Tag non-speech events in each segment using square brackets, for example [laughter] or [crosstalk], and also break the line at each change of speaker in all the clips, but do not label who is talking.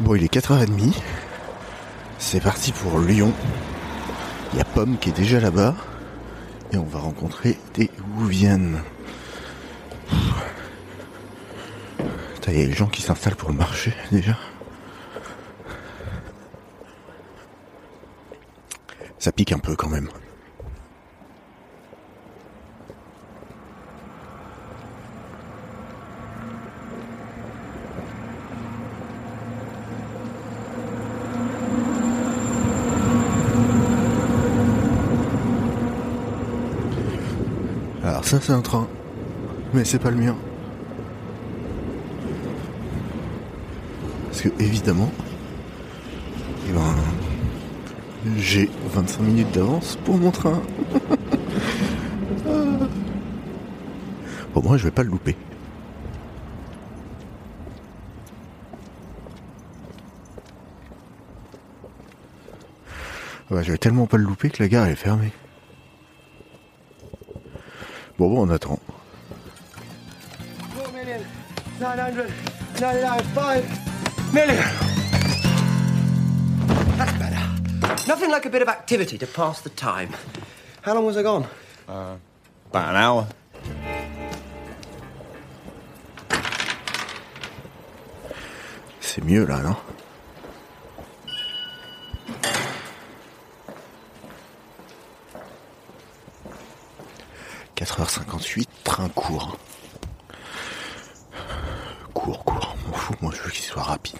Bon, il est 4h30. C'est parti pour Lyon. Il y a Pomme qui est déjà là-bas. Et on va rencontrer des Wouviennes. Putain, Il y a les gens qui s'installent pour le marché déjà. Ça pique un peu quand même. Alors ça c'est un train, mais c'est pas le mien. Parce que évidemment, eh ben, j'ai 25 minutes d'avance pour mon train. [laughs] Ah. Au moins je vais pas le louper. Ouais, Ah bah, je vais tellement pas le louper que la gare elle est fermée. Bon, bon, on attend.
Go, Melin. 900, 995. Melin. That's better. Nothing like a bit of activity to pass the time. How long was I gone?
Euh, About an hour.
C'est mieux là, non h train court. Court, court, m'en fous, moi je veux qu'il soit rapide.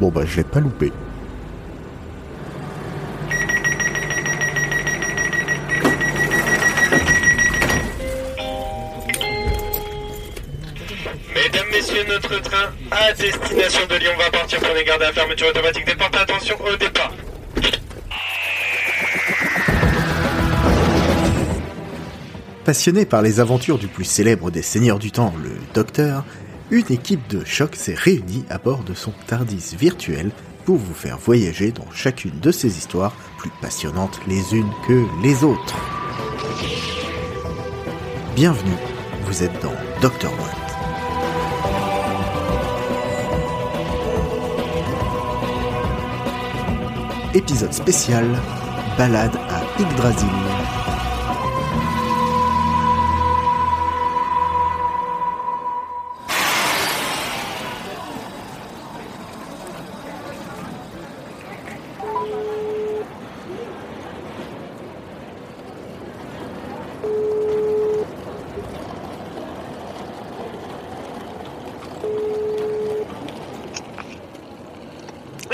Bon bah je l'ai pas loupé.
Mesdames, messieurs, notre train à destination de Lyon va partir. Prenez garde à la fermeture automatique des portes. Attention au départ.
Passionné par les aventures du plus célèbre des seigneurs du temps, le Docteur, une équipe de choc s'est réunie à bord de son Tardis virtuel pour vous faire voyager dans chacune de ces histoires plus passionnantes les unes que les autres. Bienvenue, vous êtes dans Doctor What. Épisode spécial, balade à Yggdrasil.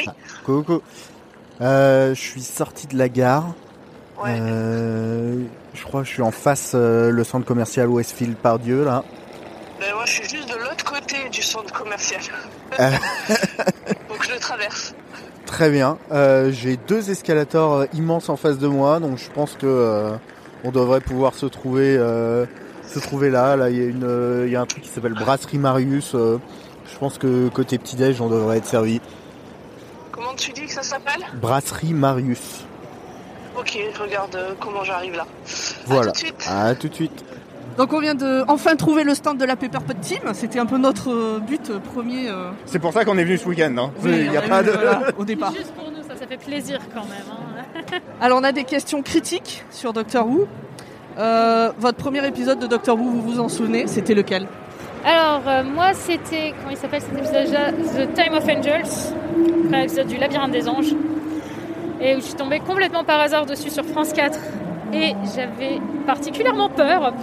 Ah, Coucou. Euh, je suis sorti de la gare.
Ouais.
Euh, je crois que je suis en face euh, le centre commercial Westfield Pardieu là.
Ben moi je suis juste de l'autre côté du centre commercial. [laughs]
Euh. [laughs]
Donc je le traverse.
Très bien. Euh, J'ai deux escalators euh, immenses en face de moi, donc je pense que euh, on devrait pouvoir se trouver euh, se trouver là. Là, il y a une euh, il y a un truc qui s'appelle Brasserie Marius. euh, je pense que côté petit déj, on devrait être servi.
Comment tu dis que ça s'appelle
Brasserie Marius.
Ok, regarde euh, comment j'arrive là.
Voilà.
À tout de suite.
À tout de suite.
Donc on vient de enfin trouver le stand de la Pepperpot Team. C'était un peu notre euh, but euh, premier. euh,
C'est pour ça qu'on est venu ce week-end, non
Ah, oui,
Il y a
on
pas
eu,
de. [laughs]
voilà, au départ.
Juste pour nous, ça, ça fait plaisir quand même. hein.
Alors on a des questions critiques sur Doctor Who. Euh, votre premier épisode de Doctor Who, vous vous en souvenez C'était lequel
[laughs] Alors, euh, moi, c'était. Comment il s'appelle cet épisode déjà The Time of Angels, enfin, l'épisode du Labyrinthe des Anges. Et où je suis tombée complètement par hasard dessus sur France 4. Et j'avais particulièrement peur.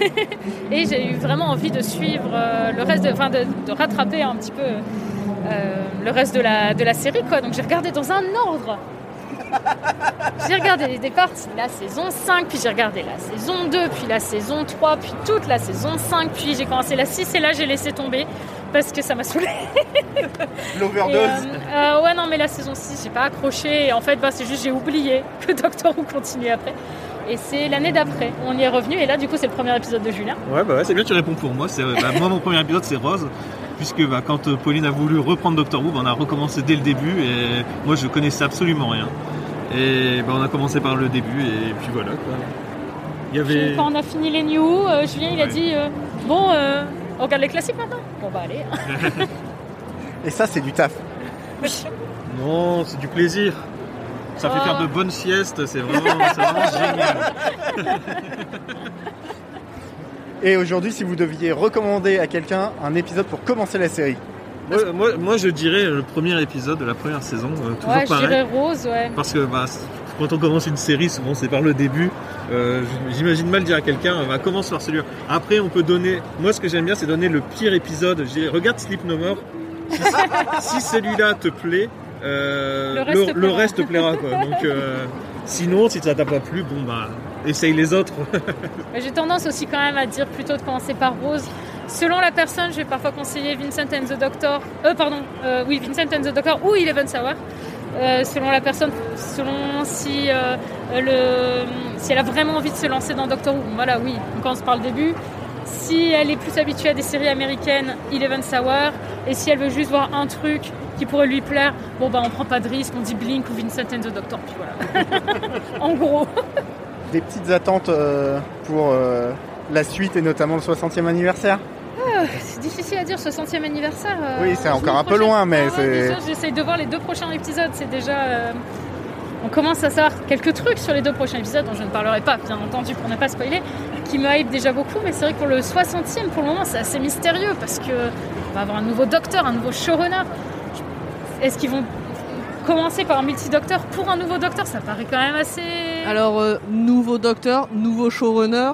[laughs] et j'ai eu vraiment envie de suivre euh, le reste, de, enfin, de, de rattraper un petit peu euh, le reste de la, de la série. Quoi. Donc j'ai regardé dans un ordre. J'ai regardé les départs, la saison 5, puis j'ai regardé la saison 2, puis la saison 3, puis toute la saison 5, puis j'ai commencé la 6 et là j'ai laissé tomber parce que ça m'a saoulé.
L'overdose.
euh, ouais, non, mais la saison 6, j'ai pas accroché. Et en fait, bah, c'est juste j'ai oublié que [laughs] Doctor Who continue après. Et c'est l'année d'après, on y est revenu et là du coup c'est le premier épisode de Julien.
Ouais, bah ouais, c'est bien, tu réponds pour moi. C'est, bah, moi, mon premier épisode, c'est Rose. Puisque bah, quand euh, Pauline a voulu reprendre Doctor Who, bah, on a recommencé dès le début. Et moi, je connaissais absolument rien. Et bah, on a commencé par le début, et puis voilà. Quoi. Il y avait.
Quand on a fini les New, euh, Julien il a
Ouais.
dit euh, bon euh, on regarde les classiques maintenant. Bon bah allez.
Et ça, c'est du taf.
hein.
Non, c'est du plaisir. Ça fait
Oh.
faire de bonnes siestes, c'est vraiment,
[laughs]
c'est vraiment génial.
Et aujourd'hui, si vous deviez recommander à quelqu'un un épisode pour commencer la série,
Moi, moi- moi, je dirais le premier épisode de la première saison, euh, toujours
ouais, je
pareil.
dirais Rose, ouais.
Parce que bah, c- quand on commence une série, souvent c'est par le début. Euh, j- J'imagine mal dire à quelqu'un, euh, bah, commence par celui-là. Après, on peut donner. Moi, ce que j'aime bien, c'est donner le pire épisode. Je dirais, regarde Sleep No More.
[laughs]
Si, si celui-là te plaît, euh,
Le reste
le,
plaira.
reste te plaira. Quoi. Donc, euh, sinon, si ça t'a pas plu, bon bah, essaye
[laughs]
les autres.
Mais J'ai tendance aussi quand même à dire plutôt de commencer par Rose. Selon la personne, je vais parfois conseiller Vincent and the Doctor, euh, pardon, euh, oui, Vincent and the Doctor ou Eleven Sour. Euh, selon la personne, selon si, euh, le, si elle a vraiment envie de se lancer dans Doctor Who. Voilà, oui, on commence par le début. Si elle est plus habituée à des séries américaines, Eleven Sour. Et si elle veut juste voir un truc qui pourrait lui plaire, bon bah on prend pas de risque, on dit Blink ou Vincent and the Doctor, puis voilà. en gros.
[laughs] des petites attentes euh, pour euh, la suite et notamment le 60e anniversaire
Ah, C'est difficile à dire, ce centième anniversaire. euh,
Oui, c'est
la
encore un
semaine
peu
prochaine.
loin, mais
Ah ouais,
c'est-
déjà, J'essaye de voir les deux prochains épisodes. C'est déjà. euh, on commence à savoir quelques trucs sur les deux prochains épisodes dont je ne parlerai pas, bien entendu, pour ne pas spoiler, qui me hype déjà beaucoup. Mais c'est vrai que pour le 60e, pour le moment, c'est assez mystérieux parce que on va avoir un nouveau docteur, un nouveau showrunner. Est-ce qu'ils vont commencer par un multi-docteur pour un nouveau docteur Ça paraît quand même assez.
Alors, euh, nouveau docteur, nouveau
[laughs]
showrunner.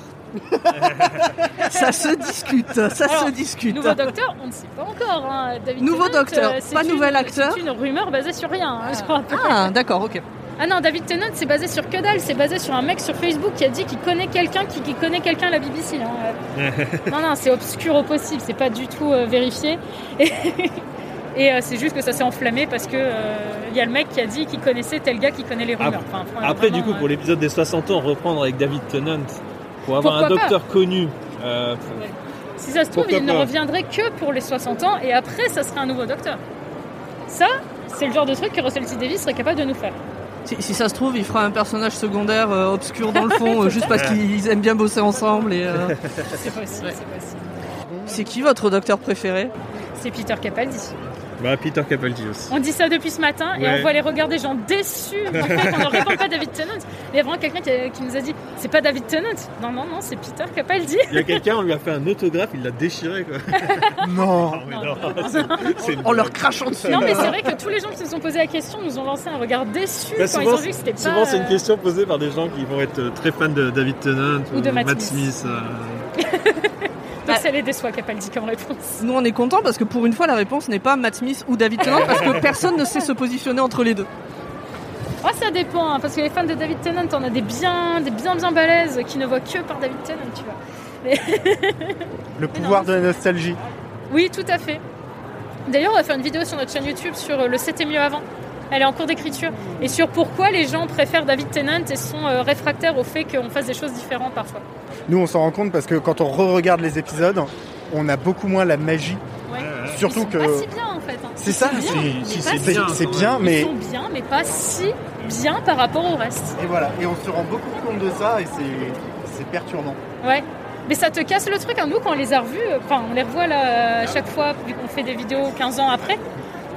ça se discute, ça
Alors,
se discute.
Nouveau docteur, on ne sait pas encore. hein. David
Nouveau
Tennant,
docteur,
c'est
pas
une-
nouvel acteur.
C'est une rumeur basée sur rien. hein, je crois.
Ah, d'accord, ok.
Ah non, David Tennant, c'est basé sur que dalle. C'est basé sur un mec sur Facebook qui a dit qu'il connaît quelqu'un qui, qui connaît quelqu'un à la BBC. hein.
Bah,
Euh, non, non, c'est obscur au possible. C'est pas du tout euh, vérifié. Et, [laughs] et, euh, c'est juste que ça s'est enflammé parce que euh, il y a le mec qui a dit qu'il connaissait tel gars qui connaît les rumeurs. Enfin, vraiment,
Après, du coup,
euh,
pour l'épisode des 60 ans, reprendre avec David Tennant, pour avoir un
Pourquoi pas
docteur connu. euh,
Si ça se trouve,
Pourquoi
il ne
pas
reviendrait que pour les 60 ans et après, ça serait un nouveau docteur. Ça, c'est le genre de truc que Russell T. Davis serait capable de nous faire.
Si, si ça se trouve, il fera un personnage secondaire euh, obscur dans le fond, euh, juste parce qu'ils aiment bien bosser ensemble. Et euh,
C'est possible, c'est possible.
c'est qui votre docteur préféré
C'est Peter Capaldi.
bah, Peter Capaldi aussi.
On dit ça depuis ce matin et
Ouais.
on voit les regards des gens
[laughs]
déçus en fait, qu'on ne répond pas David Tennant. Il y a vraiment quelqu'un qui, qui nous a dit c'est pas David Tennant. Non, non, non, c'est Peter Capaldi.
Il y
[laughs]
a quelqu'un, on lui a fait un autographe, il l'a déchiré. Quoi. [laughs] Ah,
Non
Mais
Non,
non,
non, non.
c'est- c'est une
En
blague.
leur crachant dessus.
Non, mais c'est vrai que tous les gens qui se sont posés la question nous ont lancé un regard déçu
Bah,
quand ils
souvent,
ont vu que c'était pas.
Souvent, c'est
euh,
une question posée par des gens qui vont être euh, très fans de David Tennant
Ou de Matt Smith.
euh,
Donc ça les déçoit Capaldi comme réponse.
Bah, Nous, on est contents parce que pour une fois, la réponse n'est pas Matt Smith ou David Tennant parce
[laughs]
que personne ne sait se positionner entre les deux.
Oh, ça dépend, hein, parce que les fans de David Tennant, on a des bien, des bien, bien balèzes qui ne voient que par David Tennant, tu vois.
Le pouvoir de la nostalgie.
Oui, tout à fait. D'ailleurs, on va faire une vidéo sur notre chaîne YouTube sur euh, le C'était mieux avant. Elle est en cours d'écriture. Et sur pourquoi les gens préfèrent David Tennant et sont euh, réfractaires au fait qu'on fasse des choses différentes parfois.
Nous, on s'en rend compte parce que quand on re-regarde les épisodes, on a beaucoup moins la magie.
Ouais.
Surtout
Ils sont
que-
Pas si bien en fait. hein.
Euh, C'est ça,
Ils sont bien,
si- si,
mais
c'est
pas
C'est
bien,
c'est
quand
bien,
même.
Ils
mais...
sont bien, mais pas si bien par rapport au reste.
Et voilà, et on se rend beaucoup compte de ça et c'est- c'est perturbant.
Ouais. Mais ça te casse le truc, hein. nous quand on les a revus, euh, enfin on les revoit là euh, à chaque fois, vu qu'on fait des vidéos 15 ans après,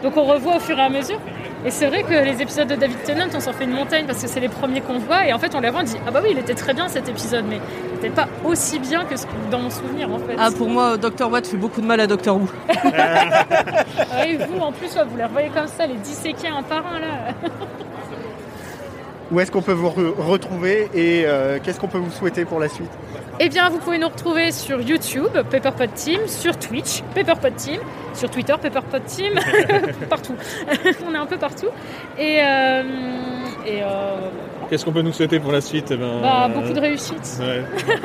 donc on revoit au fur et à mesure. Et c'est vrai que les épisodes de David Tennant, on s'en fait une montagne parce que c'est les premiers qu'on voit, et en fait on les voit, on dit Ah bah oui, il était très bien cet épisode, mais il était pas aussi bien que ce que- dans mon souvenir en fait.
Ah, pour
[laughs]
moi, Dr. Watt fait beaucoup de mal à Dr. Who. [laughs]
[laughs] Ah, et vous en plus, ouais, vous les revoyez comme ça, les disséquer un par un là.
Où est-ce qu'on peut vous re- retrouver et euh, qu'est-ce qu'on peut vous souhaiter pour la suite
Eh bien, vous pouvez nous retrouver sur YouTube, Pepperpot Team, sur Twitch, Pepperpot Team, sur Twitter, Pepperpot Team, [laughs] partout. On est un peu partout. Et, euh, et euh,
Qu'est-ce qu'on peut nous souhaiter pour la suite Eh ben,
bah,
euh,
beaucoup de réussite.
ouais.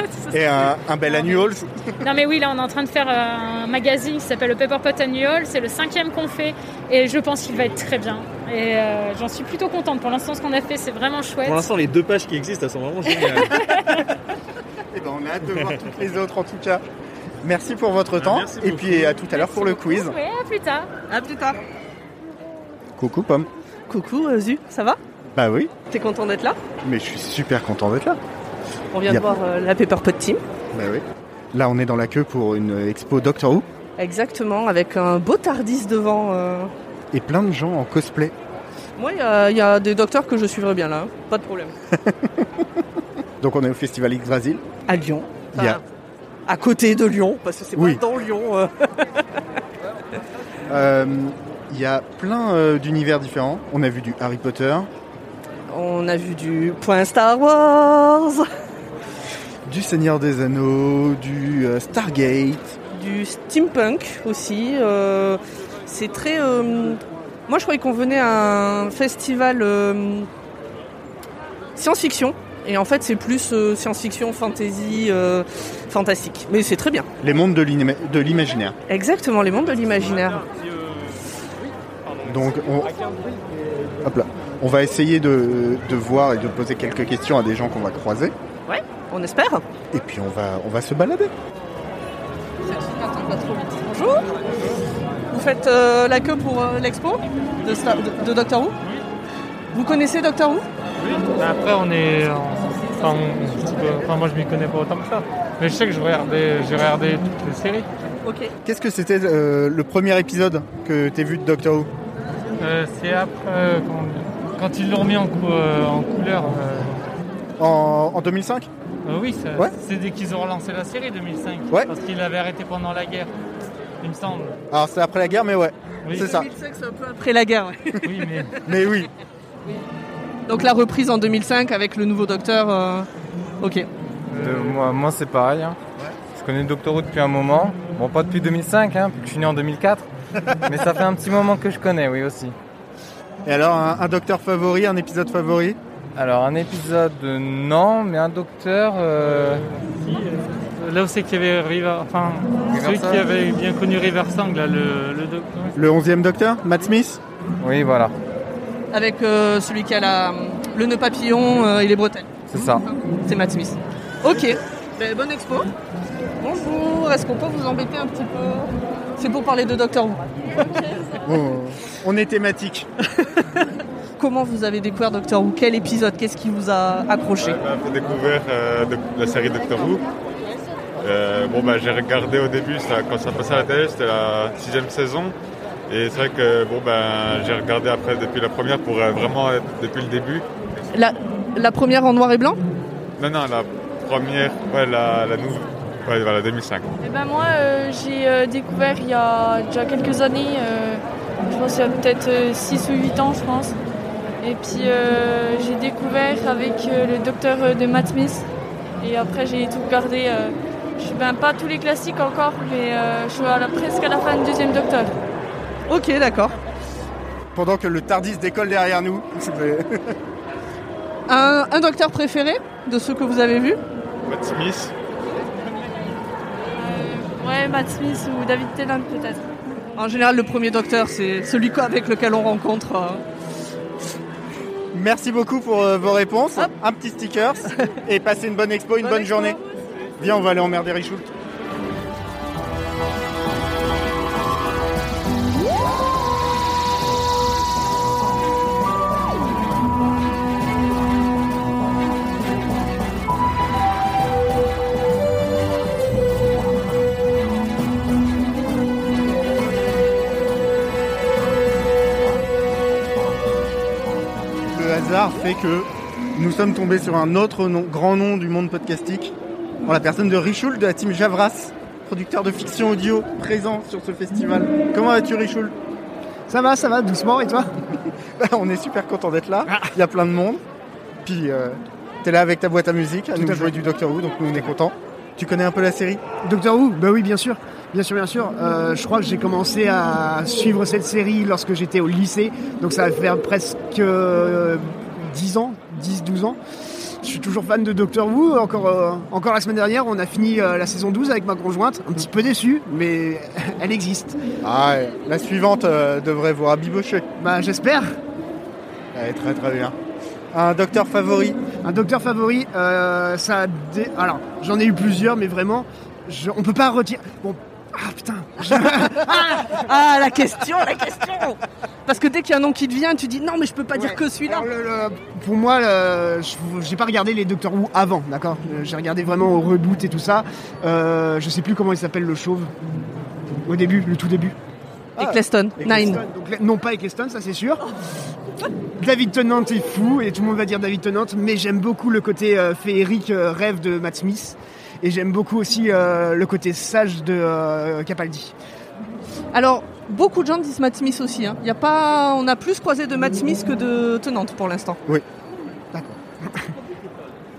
[laughs] Ça,
Et
c'est-
un, un bel annual
Non mais oui, là on est en train de faire euh, un magazine qui s'appelle le Pepperpot Annual, c'est le cinquième qu'on fait et je pense qu'il va être très bien. Et euh, j'en suis plutôt contente. Pour l'instant ce qu'on a fait c'est vraiment chouette.
Pour l'instant, les deux pages qui existent, elles sont vraiment géniales.
[laughs]
Eh ben, on a hâte de voir toutes les autres en tout cas. Merci pour votre temps
merci
et
beaucoup.
puis à tout à l'heure pour le
Merci
quiz.
beaucoup. Ouais, à plus tard.
À plus tard.
Coucou Pomme.
Coucou, euh, Zu, ça va
Bah oui,
T'es content d'être là
mais je suis super content d'être là.
On vient
Yep.
de voir euh, la Pepperpot Team.
Bah oui. Là on est dans la queue pour une expo Doctor Who
Exactement, avec un beau Tardis devant. euh.
et plein de gens en cosplay.
Moi, il y a- il y, a des docteurs que je suivrai bien là, hein. pas de problème.
Donc on est au Festival X Brasil.
À Lyon.
Il y a-
Enfin, À côté de Lyon, parce que c'est
Oui.
pas dans Lyon. euh.
Euh, Il y a plein euh, d'univers différents. On a vu du Harry Potter,
On a vu du point Star Wars,
du Seigneur des Anneaux, du euh, Stargate.
du steampunk aussi. euh, c'est très. euh, moi, je croyais qu'on venait à un festival euh, science-fiction. Et en fait, c'est plus euh, science-fiction, fantasy, euh, fantastique. Mais c'est très bien.
Les mondes de l'ima- de l'imaginaire.
Exactement, les mondes de l'imaginaire.
Donc on, hop là. on va essayer de, de voir et de poser quelques questions à des gens qu'on va croiser.
On espère.
Et puis on va, on va se balader.
Bonjour. Vous faites euh, la queue pour euh, l'expo de, Star- de- de Doctor Who Vous connaissez Doctor Who
Après, on est. euh, Enfin, on- je sais pas- enfin, moi, je m'y connais pas autant que ça. Mais je sais que je regardais, j'ai regardé toutes les séries.
Ok.
Qu'est-ce que c'était euh, le premier épisode que t'es vu de Doctor Who
Euh, c'est après, euh, comment dire, quand ils l'ont mis en, cou- euh, en couleur. euh,
en, en 2005
euh, oui, ça-
Ouais.
c'est dès qu'ils ont relancé la série 2005.
Ouais.
Parce qu'ils l'avaient arrêté pendant la guerre, il me semble.
Alors c'est après la guerre, mais ouais.
Oui,
C'est ça.
2005, c'est un peu après la guerre. ouais.
oui mais
Mais oui.
Donc la reprise en 2005 avec le nouveau Docteur. euh, Ok.
De- Euh, moi, moi, c'est pareil. hein. Je connais Doctor Who depuis un moment. Bon, pas depuis 2005, hein, puisque je suis né
[laughs]
en 2004. mais ça fait un petit moment que je connais, oui, aussi.
Et alors un, un Docteur favori, un épisode favori
Alors, un épisode, euh, non, mais un docteur. euh,
si, euh, là où c'est qu'il y avait River. Enfin, celui
Riversong.
qui avait bien connu Riversong, là, le, le docteur.
Le 11e Docteur Matt Smith
Oui, voilà,
Avec euh, celui qui a la- le nœud papillon euh, et les bretelles.
c'est ça.
C'est Matt Smith. Ok. Ben, bonne expo. Bonjour. Est-ce qu'on peut vous embêter un petit peu C'est pour parler de Doctor Who.
Bon, Oh. On est thématique.
[laughs] Comment vous avez découvert Doctor Who Quel épisode Qu'est-ce qui vous a accroché
Euh, ben, J'ai découvert euh, doc- la série Doctor Who. Euh, bon, ben, j'ai regardé au début, ça, quand ça passait à la télé, c'était la sixième saison. Et c'est vrai que bon, ben, j'ai regardé après depuis la première pour euh, vraiment être depuis le début.
la, la première en noir et blanc
Non, non, la première, ouais, la, la nouvelle. Ouais, voilà, 2005.
Et ben moi j'ai euh, découvert il y a déjà quelques années, euh, je pense il y a peut-être 6 ou 8 ans je pense. Et puis euh, j'ai découvert avec euh, le docteur de Matt Smith. Et après j'ai tout regardé. je ben pas tous les classiques encore, mais euh, je suis presque à la fin du deuxième docteur.
Ok, d'accord.
Pendant que le Tardis décolle derrière nous. [laughs] je vais-
Un, un docteur préféré de ceux que vous avez vus
Matt Smith,
ouais Matt Smith ou David Tennant peut-être.
En général, le premier docteur, c'est celui avec lequel on rencontre. euh,
Merci beaucoup pour euh, vos réponses. Un petit sticker et passez une bonne expo, une bonne,
expo.
journée. Viens, on va aller emmerder Richoult. Le hasard fait que nous sommes tombés sur un autre nom- grand nom du monde podcastique, en la personne de Richoult de la team Javras, producteur de fiction audio présent sur ce festival. Comment vas-tu Richoult [laughs]
Ah.
Ça va, ça va, doucement, et toi On est super content d'être là, il y a plein de monde. Puis euh, t'es là avec ta boîte à musique, à
Tout
nous
à
jouer
fait.
du Doctor Who, donc nous on est contents. Tu connais un peu la série
Doctor Who Bah oui, bien sûr. Bien sûr, bien sûr. Euh, je crois que j'ai commencé à suivre cette série lorsque j'étais au lycée. Donc ça va faire presque euh, 10 ans, 10, 12 ans. Je suis toujours fan de Doctor Who. Encore, euh, encore la semaine dernière, on a fini euh, la saison 12 avec ma conjointe. Un petit peu déçu, mais [laughs] elle existe.
Ah, ouais. la suivante euh, devrait vous rabibocher.
Bah j'espère.
Ouais, très très bien. Un docteur favori
Un docteur favori, euh, ça a dé- Alors, j'en ai eu plusieurs, mais vraiment, je- on peut pas retirer. Bon, ah putain. je-
ah, ah, la question, la question Parce que dès qu'il y a un nom qui te vient, tu dis non, mais je peux pas dire que celui-là.
Pour moi, le- je- j'ai pas regardé les Doctor Who avant, d'accord Euh, J'ai regardé vraiment au reboot et tout ça. Euh, je sais plus comment il s'appelle le chauve. Au début, le tout début.
Eccleston, Nine.
Ah, Donc, le- non pas Eccleston, ça c'est sûr. David Tennant est fou et tout le monde va dire David Tennant, mais j'aime beaucoup le côté euh, féerique euh, rêve de Matt Smith et j'aime beaucoup aussi euh, le côté sage de euh, Capaldi.
Alors, beaucoup de gens disent Matt Smith aussi. hein. Y a pas... On a plus croisé de Matt Smith que de Tenante pour l'instant.
Oui.
[coughs]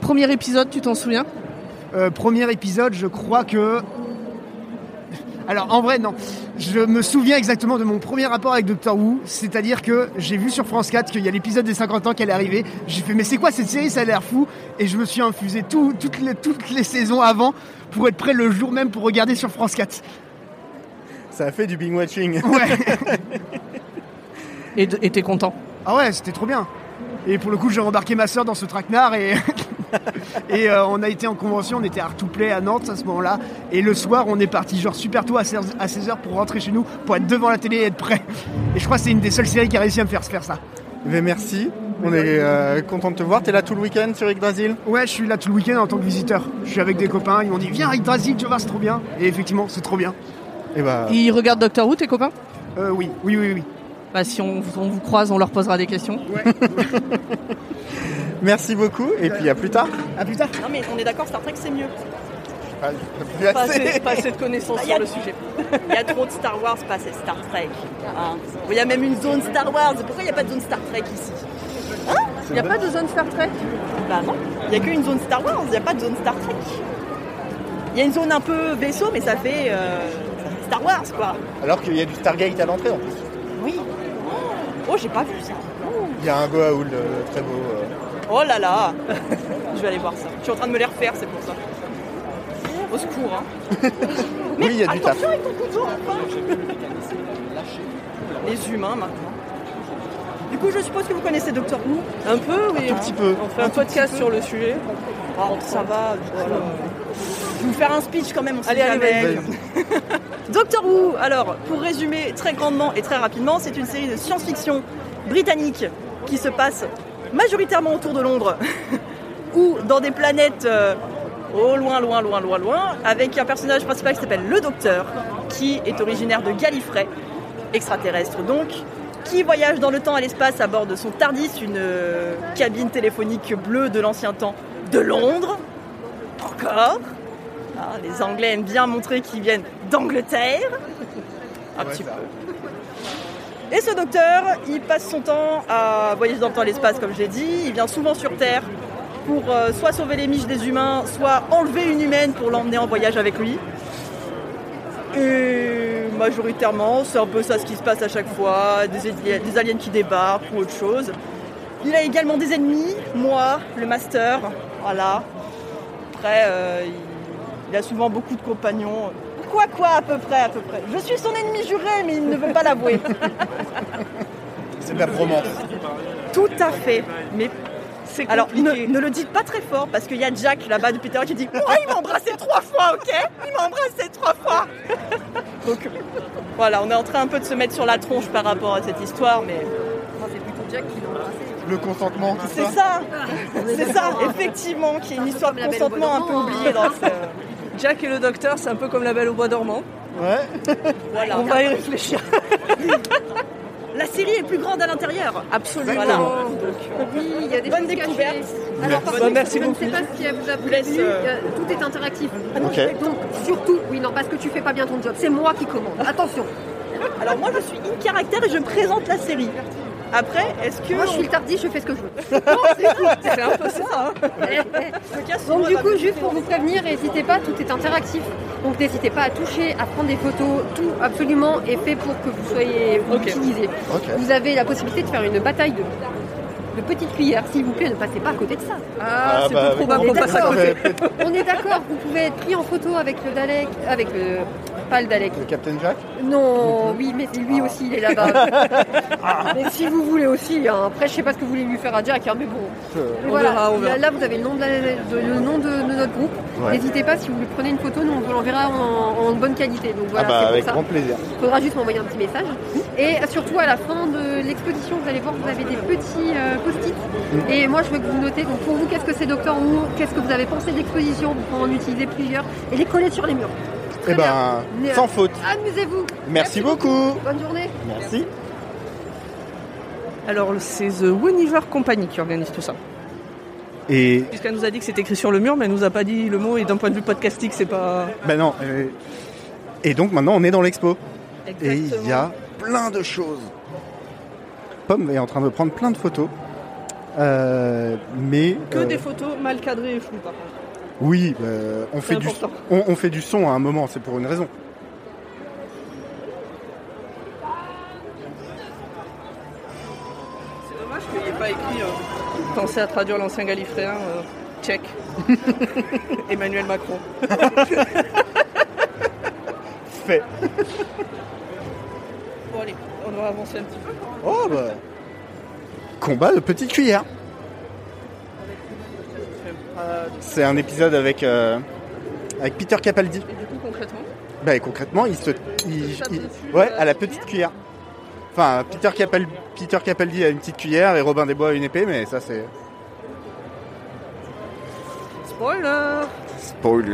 Premier épisode, tu t'en souviens
Euh, premier épisode, je crois que. Alors en vrai, non. Je me souviens exactement de mon premier rapport avec Doctor Who, c'est-à-dire que j'ai vu sur France 4 qu'il y a l'épisode des 50 ans qui allait arriver. J'ai fait, mais c'est quoi cette série Ça a l'air fou. Et je me suis infusé tout- toutes, les, toutes les saisons avant pour être prêt le jour même pour regarder sur France 4.
Ça a fait du
[laughs]
bing watching. [laughs]
Et de- et t'es content
Ah ouais, c'était trop bien. Et pour le coup, j'ai embarqué ma soeur dans ce traquenard et, [laughs] et euh, on a été en convention, on était à Artouplet à Nantes à ce moment-là. Et le soir, on est parti genre super tôt à 16h pour rentrer chez nous, pour être devant la télé et être prêt. Et je crois que c'est une des seules séries qui a réussi à me faire faire ça.
Mais Eh ben, merci, on est euh, content de te voir. T'es là tout le week-end sur Yggdrasil
Ouais, je suis là tout le week-end en tant que visiteur. Je suis avec des copains, ils m'ont dit viens avec Drasil, tu vas, voir, c'est trop bien. Et effectivement, c'est trop bien.
Et bah.
Ils regardent Doctor Who, tes copains
Euh, oui, oui, oui, oui.
Bah, si on, on vous croise, on leur posera des questions. [laughs]
Merci beaucoup et puis à plus tard.
À plus tard.
Non, mais on est d'accord, Star Trek, c'est mieux.
Plus assez.
de connaissances
Ah, y a-
sujet.
Il y a trop de [laughs] Star Wars, pas assez de Star Trek. hein. Il y a même une zone Star Wars. Pourquoi il n'y a pas de zone Star Trek ici Hein
Il n'y a pas de zone Star Trek
Bah non, il n'y a qu'une zone Star Wars, il n'y a pas de zone Star Trek. Il y a une zone un peu vaisseau, mais ça fait, euh, ça fait Star Wars quoi.
Alors qu'il y a du Stargate à l'entrée en plus.
Oui. Oh, j'ai pas vu ça.
Il y a un Goa'uld euh, très beau. euh.
Oh là
[laughs]
là Je vais aller voir ça. Je suis en train de me les refaire, c'est pour ça. Au secours. Hein.
[laughs] Oui, il y a du taf.
Attention avec ton couteau, enfin. Les humains maintenant. Du coup, je suppose que vous connaissez Doctor Who Un peu, oui. Un petit peu. On fait un, podcast sur le sujet. Ah, ça va. voilà. euh, Je vais vous faire un speech quand même, on sait
Allez, allez,
jamais.
vas-y.
[laughs] Doctor Who, alors, pour résumer très grandement et très rapidement, c'est une série de science-fiction britannique qui se passe majoritairement autour de Londres [laughs] ou dans des planètes euh, au loin, loin, loin, loin, loin, avec un personnage principal qui s'appelle le Docteur, qui est originaire de Gallifrey, extraterrestre donc, qui voyage dans le temps et l'espace à bord de son Tardis, une euh, cabine téléphonique bleue de l'ancien temps de Londres. Encore. Ah, les Anglais aiment bien montrer qu'ils viennent d'Angleterre. Un petit peu. Et ce docteur, il passe son temps à voyager dans le temps et l'espace, comme je l'ai dit. Il vient souvent sur Terre pour euh, soit sauver les miches des humains, soit enlever une humaine pour l'emmener en voyage avec lui. Et majoritairement, c'est un peu ça ce qui se passe à chaque fois des, ali- des aliens qui débarquent ou autre chose. Il a également des ennemis, moi, le Master, voilà. Après, euh, il, il a souvent beaucoup de compagnons. Quoi, quoi, à peu près, à peu près. Je suis son ennemi juré, mais il ne veut pas l'avouer.
C'est de la bromance.
Tout à fait. Mais alors, ne, ne le dites pas très fort parce qu'il y a Jack là-bas de Peter qui dit Ouais, il m'a embrassé trois fois, ok Il m'a embrassé trois fois [laughs] Donc, voilà, on est en train un peu de se mettre sur la tronche par rapport à cette histoire, mais. C'est plutôt Jack qui l'a embrassé.
Le consentement, tout
C'est ça
Ah,
C'est ça, effectivement, qui est une histoire de
la Belle au
consentement un
Bois
peu
dormant, hein.
oubliée dans ce. [laughs]
Jack et le docteur, c'est un peu comme la belle au bois dormant.
Ouais.
Voilà.
On va y
[laughs]
réfléchir.
La série est plus grande à l'intérieur.
Absolument.
Voilà.
Oui, il y a des
euh, Bonne
choses cachées.
découverte.
Alors, par
Bah,
contre,
merci
je
beaucoup.
ne sais pas ce qui vous a
laisse,
prévenu,
euh,
euh, tout est interactif.
non, je Ok. fais-
Donc, surtout, oui, non, parce que tu fais pas bien ton job. C'est moi qui commande. Attention.
Alors moi je suis in caractère et je présente la série. Après, est-ce que.
Moi, je suis le tardi, je fais ce que je veux.
[laughs] c'est un peu ça.
hein.
[laughs] Donc du coup, juste pour vous prévenir, n'hésitez pas, tout est interactif. Donc n'hésitez pas à toucher, à prendre des photos, tout absolument est fait pour que vous soyez utilisé. Vous avez la possibilité de faire une bataille de, de petites cuillères. S'il vous plaît, ne passez pas à côté de ça.
Ah, c'est bah, plus probable
on
qu'on
est
passe à
d'accord.
côté.
On est d'accord, vous pouvez être pris en photo avec le Dalek, avec le... Pas le Dalek.
Le Captain Jack
[laughs] Non, oui, mais lui aussi, il
[laughs]
est là-bas. mais si vous voulez aussi, hein. après, je sais pas ce que vous voulez lui faire à Jack, hein, mais bon. Et
On
voilà.
verra, on verra.
Là, là, vous avez le nom de, la- de- le nom de, de notre groupe.
Ouais.
N'hésitez pas, si vous prenez une photo, nous on vous l'enverra en, en bonne qualité. Donc
ah
voilà,
bah
c'est pour
avec
ça.
grand plaisir.
Il faudra juste m'envoyer un petit message. Et surtout, à la fin de l'exposition, vous allez voir, vous avez des petits euh, post-it.
Mm.
Et moi, je veux que vous notez, donc pour vous, qu'est-ce que c'est Docteur Who Qu'est-ce que vous avez pensé de l'exposition Vous pouvez en utiliser plusieurs et les coller sur les murs.
Eh ben,
Mais,
sans
euh,
faute.
Amusez-vous
Merci beaucoup.
Bonne journée
Merci.
Alors, c'est The Winiver Company qui organise tout ça.
Et
Puisqu'elle nous a dit que c'était écrit sur le mur, mais elle nous a pas dit le mot, et d'un point de vue podcastique, c'est pas.
ben non. euh, Et donc maintenant on est dans l'expo. Et il y a
Exactement.
plein de choses. Pomme est en train de prendre plein de photos. Euh, mais
Que
euh,
des photos mal cadrées et floues, par contre.
oui, euh, on,
C'est
fait du,
important.
on, on fait du son à un moment, c'est pour une raison.
C'est dommage qu'il n'y ait pas écrit. euh, Pensez à traduire l'ancien Galifréen. euh,
[laughs]
tchèque. Emmanuel Macron.
Fait.
Bon, allez, on va avancer un petit peu. hein.
Oh bah Combat de petites cuillères.
Euh,
C'est un épisode avec, euh, avec Peter Capaldi.
et du coup, concrètement,
Bah et concrètement, il se. il-
tape
il-
dessus,
ouais, à la petite cuillère. Enfin, Peter Capaldi, Peter Capaldi a une petite cuillère et Robin des Bois a une épée, mais ça c'est.
spoiler
Spoilers.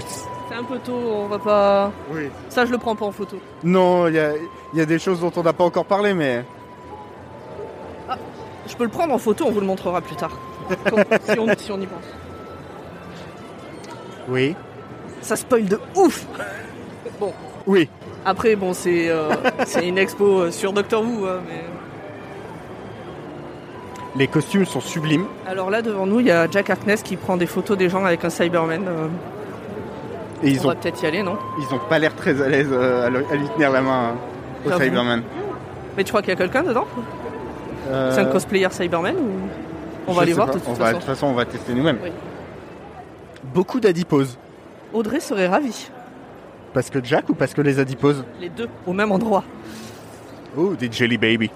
C'est un peu tôt, on va pas.
Oui.
Ça, je le prends pas en photo.
Non, il y a, il y a des choses dont on n'a pas encore parlé, mais.
Je peux le prendre en photo, on vous le montrera plus tard. Quand- si, on, si on y pense.
Oui.
Ça spoil de ouf Bon.
Oui.
Après, bon, c'est euh, c'est une expo euh, sur Doctor Who, hein, mais.
Les costumes sont sublimes.
Alors là, devant nous, il y a Jack Harkness qui prend des photos des gens avec un Cyberman. euh.
Et ils
on
ont-
va peut-être y aller, non
Ils ont pas l'air très à l'aise euh, à le- à lui tenir la main euh, au
J'avoue.
Cyberman.
Mais tu crois qu'il y a quelqu'un dedans
Euh,
C'est un cosplayer Cyberman ou... On
je
va aller
sais
voir
pas.
de toute
On va-
façon.
De toute façon, on va tester nous-mêmes.
Oui.
Beaucoup d'adiposes.
Audrey serait ravie.
Parce que Jack ou parce que les adiposes
Les deux au même endroit.
Oh, des Jelly Baby.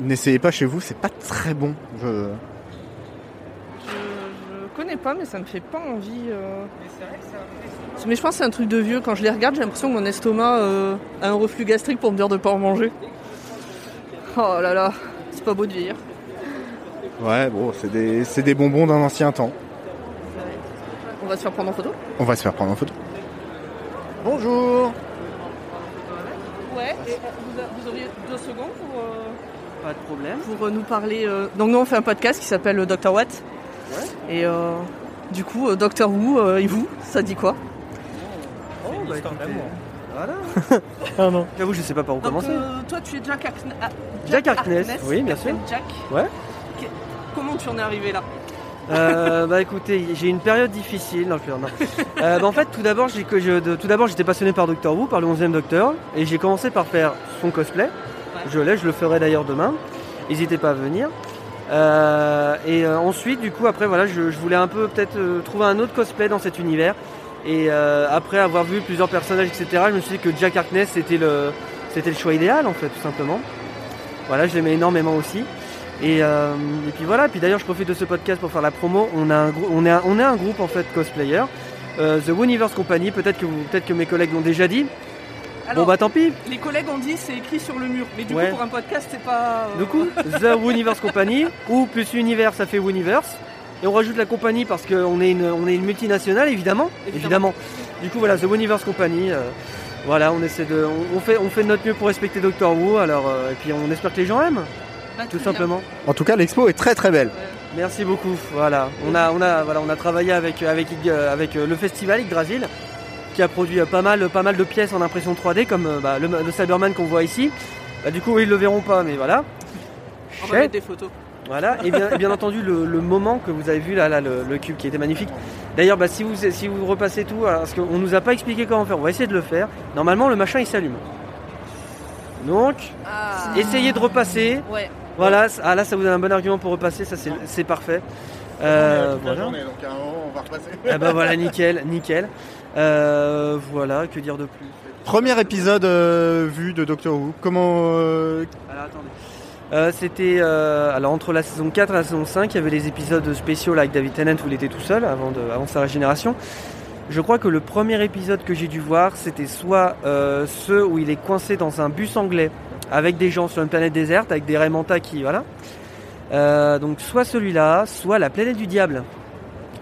N'essayez pas chez vous, c'est pas très bon. Je...
Je connais pas, mais ça me fait pas envie. euh. Mais je pense que c'est un truc de vieux. Quand je les regarde, j'ai l'impression que mon estomac euh, a un reflux gastrique pour me dire de pas en manger. Oh là là, c'est pas beau de vieillir.
Ouais, bon, c'est des, c'est des bonbons d'un ancien temps.
On va se faire prendre en photo
On va se faire prendre en photo. Bonjour
Ouais, vous, auriez deux secondes pour. euh,
Pas de problème.
Pour euh, nous parler. euh, Donc, nous, on fait un podcast qui s'appelle euh, Dr. Watt. Et euh, du coup, euh, Dr. Who euh, et vous, ça dit quoi
Oh, bah écoutez, Voilà.
[laughs] Ah non.
J'avoue, je sais pas par où
Donc,
commencer.
euh, toi, tu es Jack Harkness. ah,
Jack Harkness, oui, bien
Captain
sûr.
Jack.
Ouais.
Qu- Comment tu en es arrivé là
Euh, bah écoutez, j'ai eu une période difficile. Non, je plaisante, non.
[laughs]
Euh, bah, en fait, tout d'abord, j'ai que je- de- tout d'abord, j'étais passionné par Doctor Who, par le 11e Docteur, et j'ai commencé par faire son cosplay. Je l'ai, je le ferai d'ailleurs demain. N'hésitez pas à venir. Euh, et euh, ensuite, du coup, après, voilà, je, je voulais un peu peut-être euh, trouver un autre cosplay dans cet univers. Et euh, après avoir vu plusieurs personnages, etc., je me suis dit que Jack Harkness c'était le, c'était le choix idéal, en fait, tout simplement. Voilà, je l'aimais énormément aussi. Et, euh, et puis voilà, puis d'ailleurs je profite de ce podcast pour faire la promo. On, a un grou- on, est, un, on est un groupe en fait cosplayer. Euh, The Universe Company, peut-être que, peut que mes collègues l'ont déjà dit.
Alors,
bon bah tant pis.
Les collègues ont dit c'est écrit sur le mur, mais du
Ouais.
coup pour un podcast c'est pas. euh,
Du
[laughs]
coup, The hein, Universe Company, ou plus univers ça fait Universe. Et on rajoute la compagnie parce qu'on est une, on est une multinationale évidemment.
Évidemment.
Évidemment. Du coup voilà, The Universe Company. euh, voilà, on essaie de. On, on fait, on fait de notre mieux pour respecter Doctor Who, alors euh, et puis on espère que les gens aiment. tout simplement.
En tout cas, l'expo est très très belle.
Merci beaucoup. Voilà, on a, on a, voilà, on a travaillé avec avec Ig- euh, avec euh, le festival Yggdrasil, qui a produit euh, pas mal pas mal de pièces en impression 3D, comme euh, bah, le, le Cyberman qu'on voit ici. Bah, du coup, ils le verront pas, mais voilà.
On va mettre
Eh
des photos.
Voilà, et bien, et bien entendu le, le moment que vous avez vu là, là le, le cube qui était magnifique. D'ailleurs, bah, si, vous, si vous repassez tout, alors, parce qu'on nous a pas expliqué comment faire, on va essayer de le faire. Normalement, le machin il s'allume. Donc, essayez de repasser.
Ouais.
Voilà, c- ah, là ça vous donne un bon argument pour repasser, ça c'est- c'est parfait. Euh,
Toute la
voilà.
journée, donc à un moment, on va repasser.
Ah
[laughs]
bah voilà, nickel, nickel. Euh, voilà, que dire de plus
Premier épisode euh, vu de Doctor Who. Comment euh,
Alors attendez. Euh, C'était euh, alors entre la saison 4 et la saison 5, il y avait des épisodes spéciaux là, avec David Tennant où il était tout seul avant, de, avant sa régénération. Je crois que le premier épisode que j'ai dû voir, c'était soit euh, ceux où il est coincé dans un bus anglais avec des gens sur une planète déserte, avec des Raymanta qui. Voilà. Euh, donc soit celui-là, soit la planète du diable.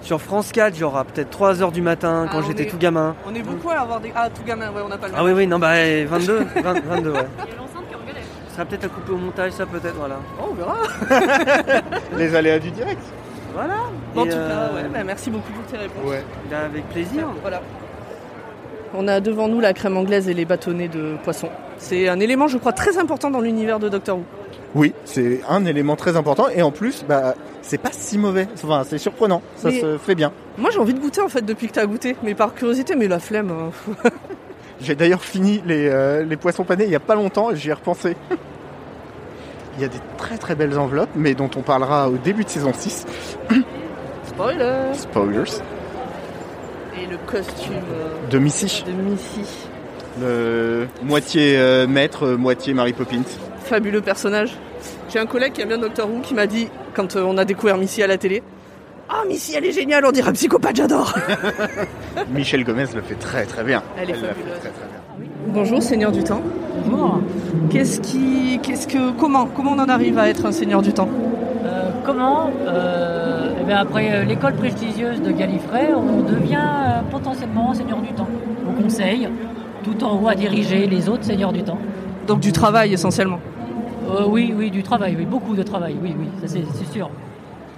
Sur France 4, genre à peut-être 3h du matin quand
Ah, on
j'étais
est-
tout gamin.
On est beaucoup à avoir des. Ah, tout gamin, ouais, on n'a pas le
Ah oui, oui, non, bah eh, 22, 20 22, [laughs] ouais.
l'enceinte qui engueulait.
Ça va peut-être à couper au montage, ça peut-être, voilà.
Oh, on verra.
[laughs]
[laughs] les aléas du direct
Voilà.
En
Et,
tout cas,
euh,
ouais, bah, merci beaucoup pour tes réponses.
Bah, avec plaisir.
Voilà. On a devant nous la crème anglaise et les bâtonnets de poisson. C'est un élément, je crois, très important dans l'univers de Doctor Who.
Oui, c'est un élément très important et en plus, bah, c'est pas si mauvais. Enfin, c'est surprenant. Ça
Mais-
se fait bien.
Moi, j'ai envie de goûter en fait depuis que t'as goûté, mais par curiosité, mais la flemme. euh,
[laughs] J'ai d'ailleurs fini les, euh, les poissons panés il y a pas longtemps et j'y ai repensé. [laughs] il y a des très très belles enveloppes, mais dont on parlera au début de saison 6.
Spoiler.
Spoilers.
Et le costume. euh,
[coughs] De Missy.
De Missy.
Le moitié euh, maître, euh, moitié Mary
[laughs]
Poppins.
Fabuleux personnage. J'ai un collègue qui aime bien Doctor Who qui m'a dit, quand euh, on a découvert Missy à la télé, Ah, Missy, elle est géniale, on dirait un psychopathe, j'adore
Michel Gomez le fait très très bien.
Elle est
l'a fait
fabuleuse.
très, très bien.
Bonjour, Seigneur du Temps. Bonjour. Qu'est-ce qui. Qu'est-ce que. Comment Comment on en arrive à être un Seigneur du Temps
Euh, comment euh, eh bien, Après euh, l'école prestigieuse de Gallifrey, on devient euh, potentiellement seigneur du temps, au conseil, tout en haut à diriger les autres seigneurs du temps.
Donc du travail essentiellement
Euh, Oui, oui, du travail, oui, beaucoup de travail, oui, oui, ça c'est c'est sûr.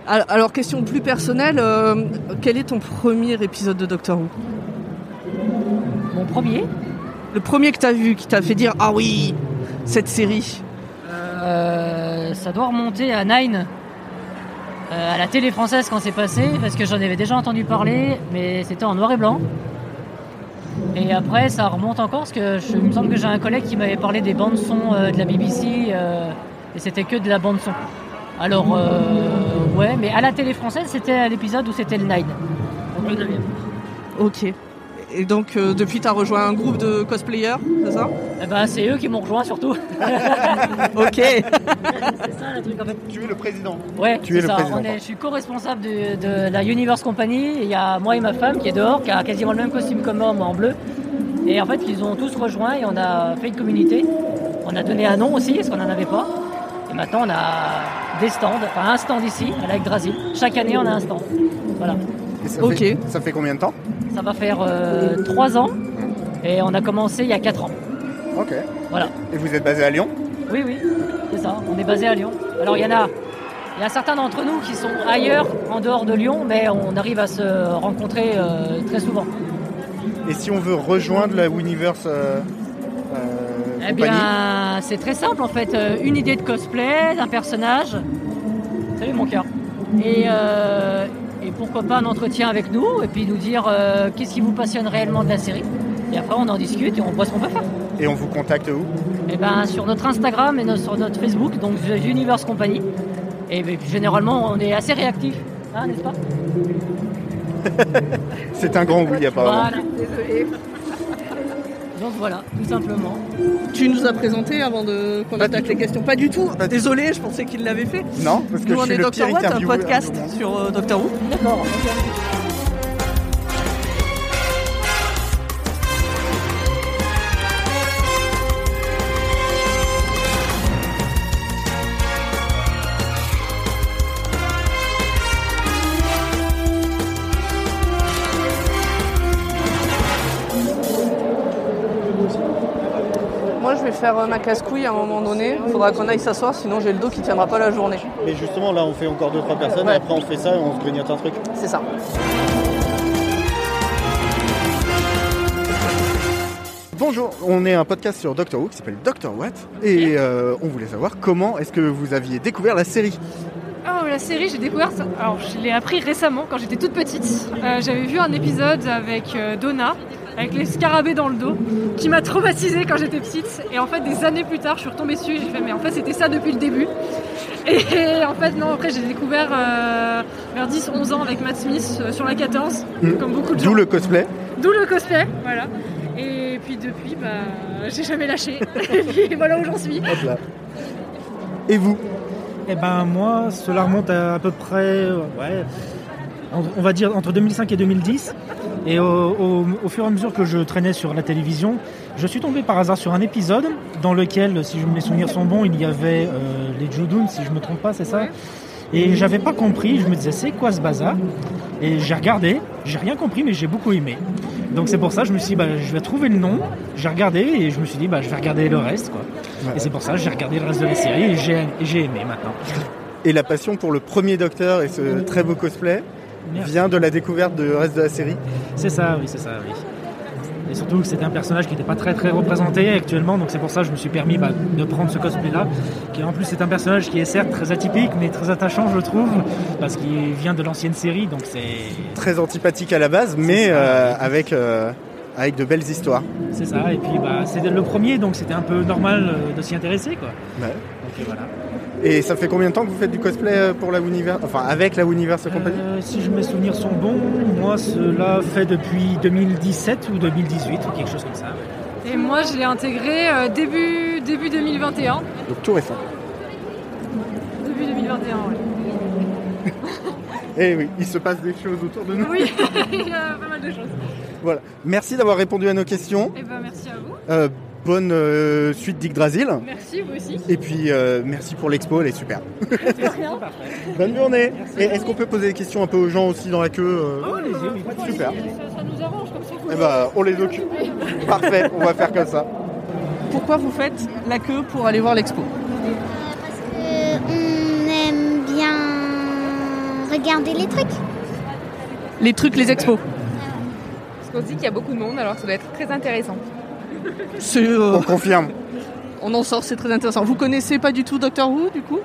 Al- Alors, question plus personnelle, euh, quel est ton premier épisode de Doctor Who
Mon premier
Le premier que t'as vu, qui t'a fait dire Ah oui, cette série
Euh, ça doit remonter à Nine, euh, à la télé française quand c'est passé, parce que j'en avais déjà entendu parler, mais c'était en noir et blanc. Et après, ça remonte encore, parce que je, il me semble que j'ai un collègue qui m'avait parlé des bandes son de la BBC, euh, et c'était que de la bande son. Alors, euh, ouais, mais à la télé française, c'était à l'épisode où c'était le Nine. Donc, le neuvième.
Ok. Et donc, euh, depuis, t'as rejoint un groupe de cosplayers, c'est ça
Eh ben, c'est eux qui m'ont rejoint surtout.
[laughs] ok.
C'est ça Ah, le truc en fait.
Tu es le président.
Ouais,
Tu es
c'est
le
ça.
président.
On est- je suis co-responsable de, de la Universe Company. Et Il y a moi et ma femme qui est dehors, qui a quasiment le même costume que moi, moi en bleu. Et en fait, ils ont tous rejoint et on a fait une communauté. On a donné un nom aussi, parce qu'on n'en avait pas. Et maintenant, on a des stands, enfin un stand ici, à la Drasil. Chaque année, on a un stand. Voilà.
Et ça
Ok.
fait- ça fait combien de temps
Ça va faire euh, trois ans et on a commencé il y a quatre ans.
Ok.
Voilà.
Et vous êtes basé à Lyon
Oui, oui, c'est ça. On est basé à Lyon. Alors, il y en a. Il y a certains d'entre nous qui sont ailleurs, en dehors de Lyon, mais on arrive à se rencontrer euh, très souvent.
Et si on veut rejoindre la Universe euh, euh,
Eh
Company
bien, c'est très simple en fait. Euh, Une idée de cosplay, d'un personnage. Salut mon cœur. Et, euh, et pourquoi pas un entretien avec nous et puis nous dire euh, qu'est-ce qui vous passionne réellement de la série. Et après, on en discute et on voit ce qu'on peut faire.
Et on vous contacte où
Eh ben, sur notre Instagram et no- sur notre Facebook, donc The Universe Company. Et ben, généralement, on est assez réactif, hein, n'est-ce pas
C'est un grand oui apparemment.
Voilà. [laughs] Donc voilà, tout simplement.
Tu nous as présenté avant de qu'on attaque les questions. Pas du tout. Désolé, je pensais qu'il l'avait fait.
Non, parce que
nous
je
on
suis
est
le
Doctor
pire
What, un
intervieweur
podcast
du monde.
sur euh, Doctor Who.
D'accord.
Moi, je vais faire euh, ma casse-couille à un moment donné. Il faudra qu'on aille s'asseoir, sinon j'ai le dos qui tiendra pas la journée.
Mais justement, là, on fait encore 2-3 personnes, et après, on fait ça et on se grignote un truc.
C'est ça.
Bonjour, on est un podcast sur Doctor Who qui s'appelle Doctor What et euh, on voulait savoir comment est-ce que vous aviez découvert la série.
Oh, la série, j'ai découvert ça. Alors, je l'ai appris récemment quand j'étais toute petite. Euh, J'avais vu un épisode avec euh, Donna, avec les scarabées dans le dos, qui m'a traumatisée quand j'étais petite. Et en fait, des années plus tard, je suis retombée dessus et j'ai fait, mais en fait, c'était ça depuis le début. Et en fait, non, après, j'ai découvert euh, vers 10, 11 ans avec Matt Smith euh, sur la 14, comme beaucoup de gens.
D'où le
[laughs]
cosplay.
D'où le cosplay, voilà. Et puis depuis, bah, j'ai jamais lâché. [laughs] et puis voilà où j'en suis.
Et vous
Eh ben moi, cela remonte à à peu près, euh, ouais, en- on va dire entre 2005 et 2010. Et au, au- au fur et à mesure que je traînais sur la télévision, je suis tombé par hasard sur un épisode dans lequel, si je- mes souvenirs sont bons, il y avait euh, les Judoun, si je me trompe pas, c'est ça Et j'avais pas compris, je me disais c'est quoi ce bazar Et j'ai regardé, j'ai rien compris mais j'ai beaucoup aimé. Donc c'est pour ça je me suis dit bah, je vais trouver le nom, j'ai regardé et je me suis dit bah, je vais regarder le reste quoi. Et c'est pour ça que j'ai regardé le reste de la série et j'ai et j'ai aimé maintenant.
Et la passion pour le premier Docteur et ce très beau cosplay vient de la découverte du reste de la série.
C'est ça, oui, c'est ça, oui. Et surtout que c'était un personnage qui n'était pas très très représenté actuellement, donc c'est pour ça que je me suis permis bah, de prendre ce cosplay-là, qui en plus c'est un personnage qui est certes très atypique, mais très attachant je trouve, parce qu'il vient de l'ancienne série, donc c'est...
Très antipathique à la base, mais euh, avec, euh, avec de belles histoires.
C'est ça, et puis bah, c'est le premier, donc c'était un peu normal euh, de s'y intéresser, quoi.
Ouais.
Donc euh, voilà.
Et ça fait combien de temps que vous faites du cosplay euh, pour la Universe, enfin avec la Universe Company
Euh, si je mes souvenirs sont bons, moi cela fait depuis 2017 ou 2018, ou quelque chose comme ça. ouais.
Et moi, je l'ai intégré euh, début, début 2021.
Donc tout récent.
Début 2021, ouais.
Eh oui, il se passe des choses autour de nous.
Oui, [laughs] il y a pas mal de choses.
[laughs] Voilà. Merci d'avoir répondu à nos questions.
Et ben merci à vous.
Euh, bonne euh, suite d'Yggdrasil.
Merci, vous aussi.
Et puis euh, merci pour l'expo, elle est super. Bonne journée. Et est-ce qu'on peut poser des questions un peu aux gens aussi dans la queue euh, Super.
Ça nous arrange comme ça.
Eh ben, on les occupe. Parfait, on va faire comme ça.
Pourquoi vous faites la queue pour aller voir l'expo
Euh, on aime bien regarder les trucs.
Les trucs, les expos.
Parce qu'on se dit qu'il y a beaucoup de monde, alors ça doit être très intéressant.
C'est, euh,
On confirme.
On en sort, c'est très intéressant. Vous connaissez pas du tout Doctor Who, du coup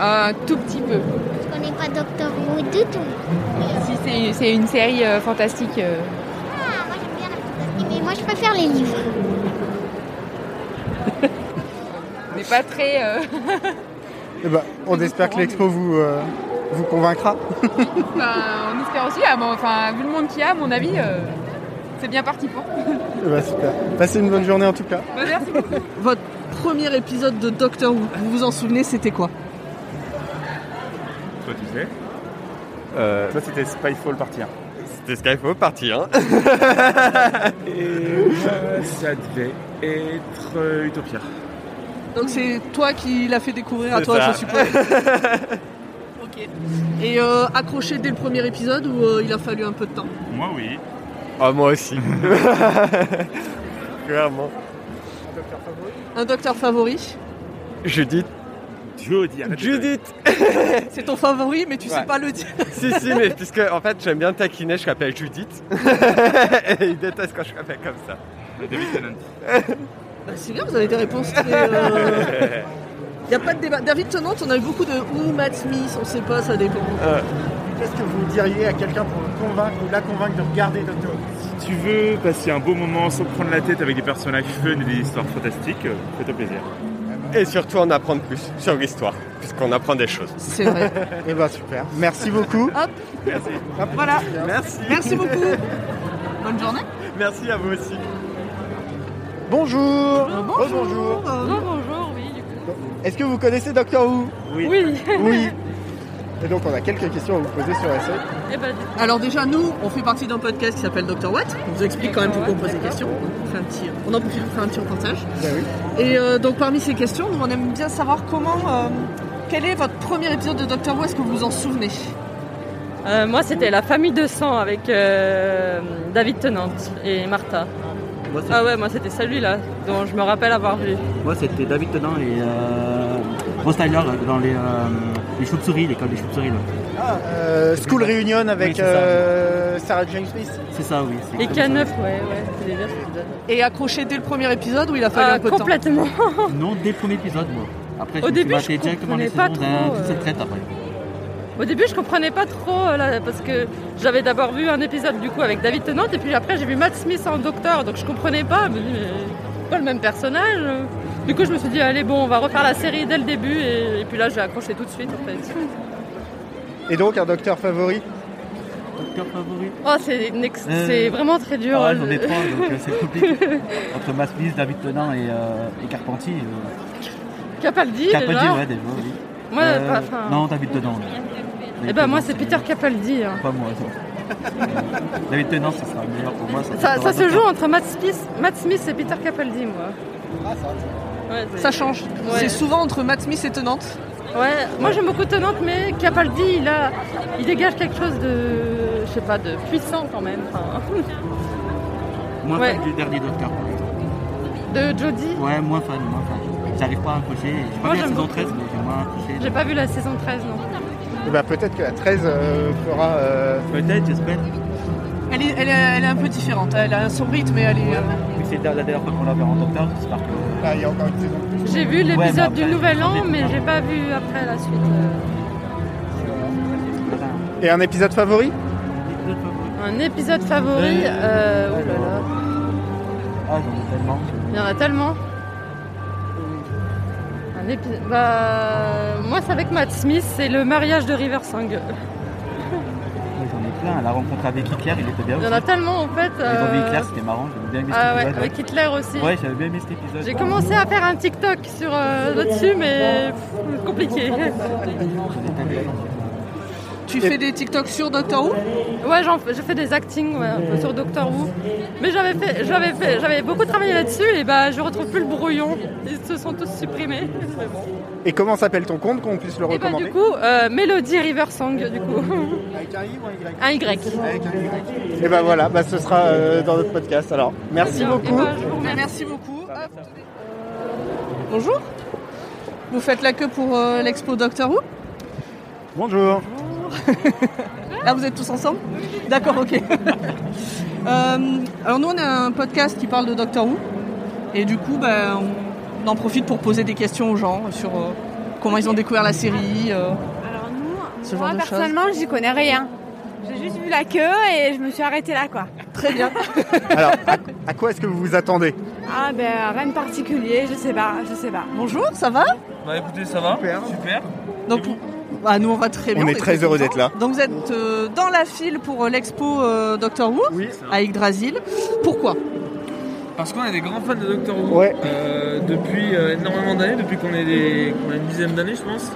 Un tout petit peu.
Je connais pas Doctor Who du tout.
Si c'est- c'est une série euh, fantastique. euh.
Ah, Mais moi, je préfère les livres.
On n'est pas très. euh, [laughs]
Eh ben, on espère que l'expo vous, euh, vous convaincra. [laughs]
enfin, bah, on espère aussi. ah bon, enfin, vu le monde qu'il y a, à mon avis, euh, c'est bien parti pour.
Eh ben, super. Passez une bonne journée en tout cas.
Votre premier épisode de Doctor Who, vous vous en souvenez, c'était quoi
Toi, tu sais
Euh,
Toi, c'était Spyfall partir.
C'était Skyfall parti,
[laughs]
hein
Et moi, ça devait être euh, Utopia.
Donc c'est toi qui l'as fait découvrir à
C'est
toi,
ça.
je suppose. ok. Et euh, accroché dès le premier épisode ou euh, il a fallu un peu de temps
Moi, oui.
Ah, moi
[laughs]
aussi. Clairement.
Un docteur favori
Judith.
Judith.
Judith
[laughs] C'est ton favori, mais tu sais
Ouais.
pas le dire.
[laughs] Si, si, mais puisque en fait j'aime bien taquiner, je
[laughs]
l'appelle Judith. Et il déteste quand je l'appelle comme ça. [laughs]
Bah, c'est bien, vous avez des réponses très. euh, Il n'y a pas de débat. David Tennant, on a eu beaucoup de ou Matt Smith, on sait pas, ça dépend.
Euh, Qu'est-ce que vous diriez à quelqu'un pour le convaincre ou la convaincre de regarder Doctor Who
Si tu veux passer un beau moment sans te prendre la tête avec des personnages fun et des histoires fantastiques, euh, fais-toi plaisir.
Et surtout en apprendre plus sur l'histoire, puisqu'on apprend des choses.
C'est vrai.
[laughs] Eh ben super. Merci beaucoup.
Hop.
Merci.
Voilà.
Merci.
Merci beaucoup. Bonne journée.
Merci à vous aussi.
Bonjour.
Bonjour.
bonjour, oui. Est-ce que vous connaissez Doctor Who Oui. Oui. Et donc on a quelques questions à vous poser sur la série.
Eh ben,
Alors déjà nous, on fait partie d'un podcast qui s'appelle Dr Watt. On vous explique quand même pourquoi on pose des questions. On fait un petit, on en fait un petit reportage.
Eh
Et euh, donc parmi ces questions, nous on aime bien savoir comment, euh, quel est votre premier épisode de Doctor Who Est-ce que vous vous en souvenez
[laughs] Euh, moi, c'était La famille de sang avec euh, David Tennant et Martha.
Moi, c'est-
ah ouais, moi, c'était celui-là dont je me rappelle avoir vu.
Moi, c'était David Tennant et euh, Rose Tyler dans les, euh,
Les chauves-souris, l'école des chauves-souris. là.
Euh, School Reunion avec
Oui, c'est ça.
euh, Sarah Jane Smith.
C'est ça, oui. c'est
Et
comme
K9, ouais,
ça.
ouais, c'est déjà ce que je donne. Et accroché dès le premier épisode où il a fallu un peu de temps.
Ah, euh,
[laughs]
complètement.
[laughs] Non, dès le premier épisode, moi. Après,
Au
je
début,
me
je
suis maté directement les
comprenais
saisons
pas trop,
d'un
euh,
toute cette traite après.
Au début, je comprenais pas trop euh, là, parce que j'avais d'abord vu un épisode du coup avec David Tennant et puis après j'ai vu Matt Smith en docteur, donc je comprenais pas. Je me dis, mais c'est pas le même personnage. Du coup, je me suis dit allez bon, on va refaire la série dès le début et, et puis là, j'ai accroché tout de suite en fait.
Et donc un docteur favori
Docteur favori
Oh, c'est une ex-
Euh,
c'est vraiment très dur. hein,
ouais,
le-
j'en ai trois, donc euh, c'est compliqué. Entre Matt Smith, David Tennant et, euh, et Carpentier.
[laughs] Capaldi,
Capaldi,
déjà.
ouais, déjà, oui.
Moi,
Euh,
bah, enfin-
Non, David Tennant.
Eh ben moi, c'est Peter
[laughs]
Capaldi. hein.
Pas moi, ça. Euh, David Tennant, ça sera meilleur pour moi.
Ça,
sera
ça se
Docteur.
joue entre Matt Smith, Matt Smith et Peter Capaldi, moi. Ouais, c'est-
Ça change.
Ouais.
C'est souvent entre Matt Smith et Tenante.
Ouais, moi j'aime beaucoup Tenante, mais Capaldi, il, a, il dégage quelque chose de, je sais pas, de puissant quand même. enfin. [laughs]
Moins
Ouais.
fan du dernier Docteur, pour l'instant.
de Jodie,
Ouais, moins fan, moins fan. J'arrive pas à accrocher. J'ai
Moi,
pas vu la
j'aime
saison
beaucoup.
13, mais j'ai moins accroché.
j'ai pas vu la saison 13 non.
Eh ben, peut-être que la 13 euh, fera.
Peut-être, j'espère.
Elle est, elle, est, elle est un peu différente. Elle a son rythme et elle est. euh,
Vu que c'est la dernière fois qu'on l'a vu en Docteur, j'espère que.
Là, Ah, il y a encore une saison.
J'ai vu
Ouais, mais
l'épisode
après,
du Nouvel An, mais
hein.
j'ai pas vu après la suite. Euh,
euh, Et un épisode favori
Un épisode favori, euh, oh là là,
Ah, j'en ai tellement.
il y en a tellement. Un épisode, bah, moi c'est avec Matt Smith, c'est le mariage de River Song.
Ouais, J'en ai plein. La rencontre avec Hitler, il était bien
Il
aussi.
y en a tellement en fait.
Les zombies
euh,
Hitler, c'était marrant. J'avais bien aimé cet
Ah ouais,
épisode.
avec Hitler aussi.
Ouais, j'avais bien aimé cet épisode.
J'ai commencé à faire un TikTok sur euh, là-dessus, mais pff, compliqué.
[laughs] Tu fais des TikTok sur Doctor Who
Ouais, j'en fais- je fais des acting ouais, un peu sur Doctor Who. Mais j'avais fait, j'avais fait, j'avais beaucoup travaillé là-dessus et bah je retrouve plus le brouillon. Ils se sont tous
[laughs]
supprimés. Mais bon.
Et comment s'appelle ton compte qu'on puisse le
Et bah
recommander
du coup, euh, Melody River Song du coup.
Avec un I ou
un Y Un Y.
Et ben voilà, bah, ce sera euh, dans notre podcast alors. Merci
Bien.
beaucoup.
Eh ben, je vous remercie. Merci beaucoup. Hop. Bonjour. Vous faites la queue pour euh, l'expo Doctor Who
Bonjour.
[laughs] Là, vous êtes tous ensemble D'accord, ok. [laughs] Euh, alors, nous, on a un podcast qui parle de Doctor Who. Et du coup, ben, on en profite pour poser des questions aux gens sur euh, comment ils ont découvert la série. euh, ce genre
Moi,
de choses.
personnellement, j'y connais rien. J'ai juste vu la queue et je me suis arrêtée là, quoi.
Très bien.
Alors, à, à quoi est-ce que vous vous attendez
Ah, ben, rien de particulier, je sais pas, je sais pas.
Bonjour, Oh, ça va
Bah écoutez, ça va. Super.
Donc, bah, nous, on va très bien.
On est très heureux d'être là.
Donc, vous êtes euh, dans la file pour euh, l'expo euh, Doctor Who à Yggdrasil. Pourquoi
Parce qu'on est des grands fans de Doctor Who.
Ouais.
Euh, depuis euh, énormément d'années, depuis qu'on est des- qu'on a une dizaine d'années, je pense.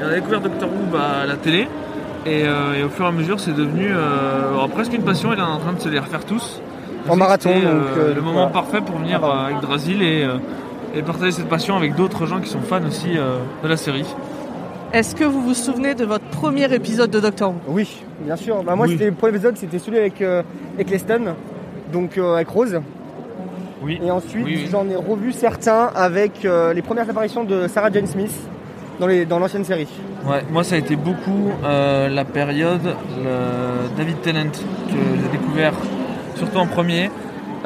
Et on a découvert Doctor Who bah, à la télé. Et, euh, et au fur et à mesure, c'est devenu euh, alors, presque une passion. Et là, on est en train de se les refaire tous.
En marathon,
C'était,
donc, euh,
le moment
voilà.
parfait pour venir à Yggdrasil et, euh, et partager cette passion avec d'autres gens qui sont fans aussi euh, de la série.
Est-ce que vous vous souvenez de votre premier épisode de Doctor Who
Oui, bien sûr. Bah, moi, c'était le premier épisode, c'était celui avec euh, Eccleston, donc euh, avec Rose.
Oui.
Et ensuite,
Oui, oui.
j'en ai revu certains avec euh, les premières apparitions de Sarah Jane Smith dans les- dans l'ancienne série.
Ouais, moi ça a été beaucoup euh, la période le David Tennant que j'ai découvert surtout en premier,